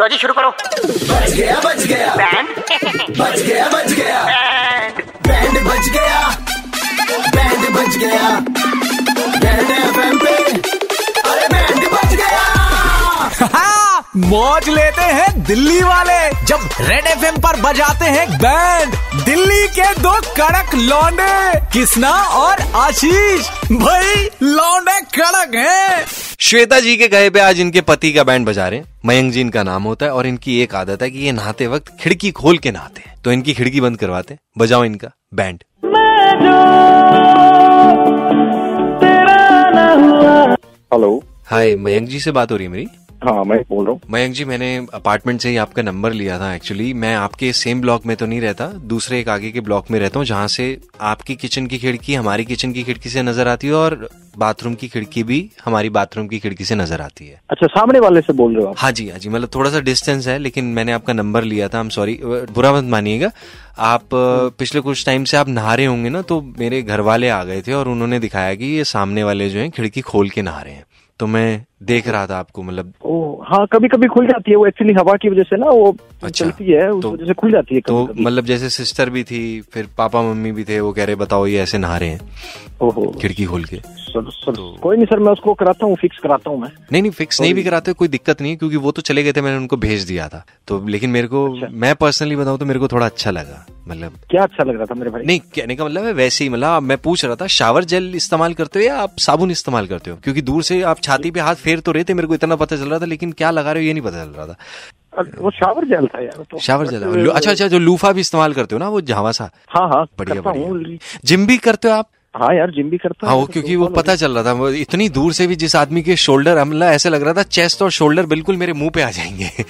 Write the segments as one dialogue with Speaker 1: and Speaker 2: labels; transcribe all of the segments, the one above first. Speaker 1: Logy तो शुरू करो
Speaker 2: बच गया बच गया
Speaker 1: बैंड
Speaker 2: बच गया बच गया
Speaker 1: बैंड
Speaker 2: बैंड बच गया बैंड बच गया बैंड एफएम पे अरे बैंड बच गया
Speaker 3: मौज लेते हैं दिल्ली वाले जब रेड एफ पर बजाते हैं बैंड दिल्ली के दो कड़क लौंडे किसना और आशीष भाई लौंडे कड़क हैं
Speaker 4: श्वेता जी के गए पे आज इनके पति का बैंड बजा रहे हैं मयंक जी इनका नाम होता है और इनकी एक आदत है कि ये नहाते वक्त खिड़की खोल के नहाते हैं तो इनकी खिड़की बंद करवाते हैं बजाओ इनका band
Speaker 5: hello
Speaker 4: hi Mayank ji से बात हो रही है मेरी
Speaker 5: हाँ मैं बोल रहा हूँ
Speaker 4: मयंक जी मैंने अपार्टमेंट से ही आपका नंबर लिया था एक्चुअली मैं आपके सेम ब्लॉक में तो नहीं रहता दूसरे एक आगे के ब्लॉक में रहता हूँ जहाँ से आपकी किचन की खिड़की हमारी किचन की खिड़की से नजर आती है और बाथरूम की खिड़की भी हमारी बाथरूम की खिड़की से नजर आती है
Speaker 5: अच्छा सामने वाले से बोल रहे हो आप
Speaker 4: हाँ जी हाँ जी मतलब थोड़ा सा डिस्टेंस है लेकिन मैंने आपका नंबर लिया था हम सॉरी बुरा मत मानिएगा आप अ, पिछले कुछ टाइम से आप नहा रहे होंगे ना तो मेरे घर वाले आ गए थे और उन्होंने दिखाया कि ये सामने वाले जो हैं खिड़की खोल के नहा रहे हैं तो मैं देख रहा था आपको मतलब
Speaker 5: ओ हाँ कभी कभी खुल जाती है वो एक्चुअली हवा की वजह से ना वो
Speaker 4: अच्छा,
Speaker 5: चलती है उस
Speaker 4: तो-
Speaker 5: वजह से खुल जाती है
Speaker 4: तो
Speaker 5: कभी कभी
Speaker 4: मतलब जैसे सिस्टर भी थी फिर पापा मम्मी भी थे वो कह रहे बताओ ये ऐसे नहा रहे हैं
Speaker 5: ओहो
Speaker 4: खिड़की खोल के
Speaker 5: सर सर
Speaker 4: तो-
Speaker 5: कोई नहीं सर मैं उसको कराता हूँ फिक्स कराता हूँ मैं
Speaker 4: नहीं नहीं फिक्स नहीं भी कराते कोई दिक्कत नहीं है क्योंकि वो तो चले गए थे मैंने उनको भेज दिया था तो लेकिन मेरे को
Speaker 5: अच्छा।
Speaker 4: मैं पर्सनली बताऊं तो मेरे को थोड़ा अच्छा लगा मतलब
Speaker 5: क्या अच्छा लग रहा था मेरे भाई
Speaker 4: नहीं कहने का मतलब है वैसे ही मतलब मैं पूछ रहा था शावर जेल इस्तेमाल करते हो या आप साबुन इस्तेमाल करते हो क्योंकि दूर से आप छाती पे हाथ फेर तो रहे थे मेरे को इतना पता चल रहा था लेकिन क्या लगा रहे हो ये नहीं पता चल रहा था
Speaker 5: अरे, वो शावर जेल था यार वो तो
Speaker 4: शावर जेल लगा- अच्छा अच्छा जो लूफा भी इस्तेमाल करते हो ना वो झावा सा
Speaker 5: हाँ हाँ
Speaker 4: बढ़िया
Speaker 5: करता हूँ
Speaker 4: बढ़िया जिम भी करते हो आप
Speaker 5: हाँ यार जिम भी करता
Speaker 4: हाँ
Speaker 5: हूँ
Speaker 4: वो
Speaker 5: मैं,
Speaker 4: क्योंकि
Speaker 5: दो
Speaker 4: वो
Speaker 5: बार हो
Speaker 4: पता चल रहा था वो इतनी दूर से भी जिस आदमी के शोल्डर हमला ऐसे लग रहा था चेस्ट और शोल्डर बिल्कुल मेरे मुंह पे आ जाएंगे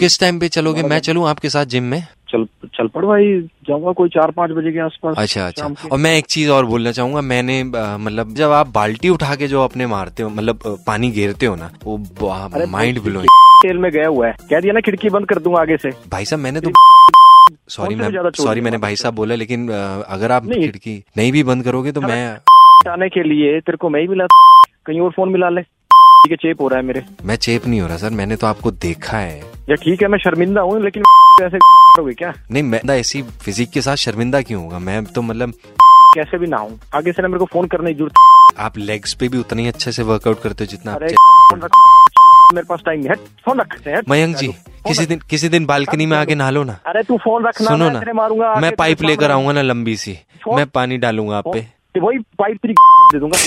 Speaker 4: किस टाइम पे चलोगे मैं चलूं आपके साथ जिम में
Speaker 5: गया। चल चल पड़ भाई जाऊंगा कोई चार पाँच बजे के आसपास
Speaker 4: अच्छा अच्छा
Speaker 5: शाम के।
Speaker 4: और मैं एक चीज और बोलना चाहूंगा मैंने अ, मतलब जब आप बाल्टी उठा के जो अपने मारते हो मतलब अ, पानी घेरते हो ना वो माइंड ब्लोइंग
Speaker 5: तेल में गया हुआ तो है कह दिया ना खिड़की बंद कर दूंगा आगे से
Speaker 4: भाई साहब मैंने तो सॉरी
Speaker 5: कौन सा
Speaker 4: मैं
Speaker 5: ज्यादा चोट
Speaker 4: सॉरी
Speaker 5: है
Speaker 4: मैंने
Speaker 5: तुम्हारे
Speaker 4: भाई साहब बोला लेकिन अ, अगर आप
Speaker 5: नहीं।
Speaker 4: खिड़की नहीं भी बंद करोगे तो मैं
Speaker 5: आने के लिए तेरे को मैं ही मिला कहीं और फोन मिला ले ठीक है चेप हो रहा है मेरे
Speaker 4: मैं चेप नहीं हो रहा सर मैंने तो आपको देखा है
Speaker 5: या ठीक है मैं शर्मिंदा हूँ लेकिन ऐसे करोगे क्या
Speaker 4: नहीं मैं ना ऐसी फिजिक के साथ शर्मिंदा क्यों होगा मैं तो मतलब
Speaker 5: कैसे भी ना हूँ आगे से ना मेरे को फोन करने की जरूरत
Speaker 4: आप लेग्स पे भी उतने ही अच्छे से वर्कआउट करते हो जितना आप
Speaker 5: अरे
Speaker 4: चे-
Speaker 5: फोन रख मेरे पास टाइम है फोन रख हैं।
Speaker 4: मयंक जी
Speaker 5: फोन
Speaker 4: किसी
Speaker 5: रख।
Speaker 4: दिन किसी दिन बालकनी में आके नहा लो ना
Speaker 5: अरे तू फोन रखना
Speaker 4: सुनो
Speaker 5: मैं तेरे मारूंगा
Speaker 4: ना
Speaker 5: आके
Speaker 4: मैं
Speaker 5: तेरे
Speaker 4: पाइप
Speaker 5: सामने।
Speaker 4: लेकर आऊंगा ना लंबी सी
Speaker 5: फोन-
Speaker 4: मैं पानी डालूंगा आप पे
Speaker 5: फोन- वही पाइप तेरी दे दूंगा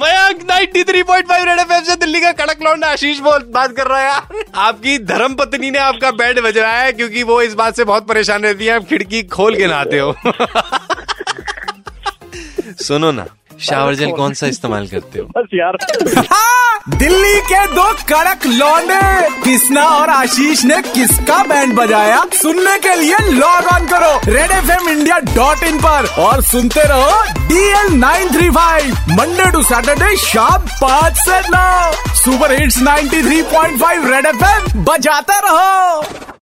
Speaker 4: मयंक 93.5 रेड एफएम से दिल्ली का कड़क लौंडा आशीष बोल बात कर रहा है यार आपकी धर्म पत्नी ने आपका बेड बजवाया है क्योंकि वो इस बात से बहुत परेशान रहती है आप खिड़की खोल के नहाते हो सुनो ना शावर जेल कौन सा इस्तेमाल करते हो
Speaker 5: बस यार
Speaker 3: हाँ, दिल्ली के दो कड़क लौंडे किसना और आशीष ने किसका बैंड बजाया सुनने के लिए लॉग ऑन करो Red F M India dot in पर और सुनते रहो DL nine three five Monday to Saturday शाम पाँच से नौ super hits 93.5 Red F M बजाते रहो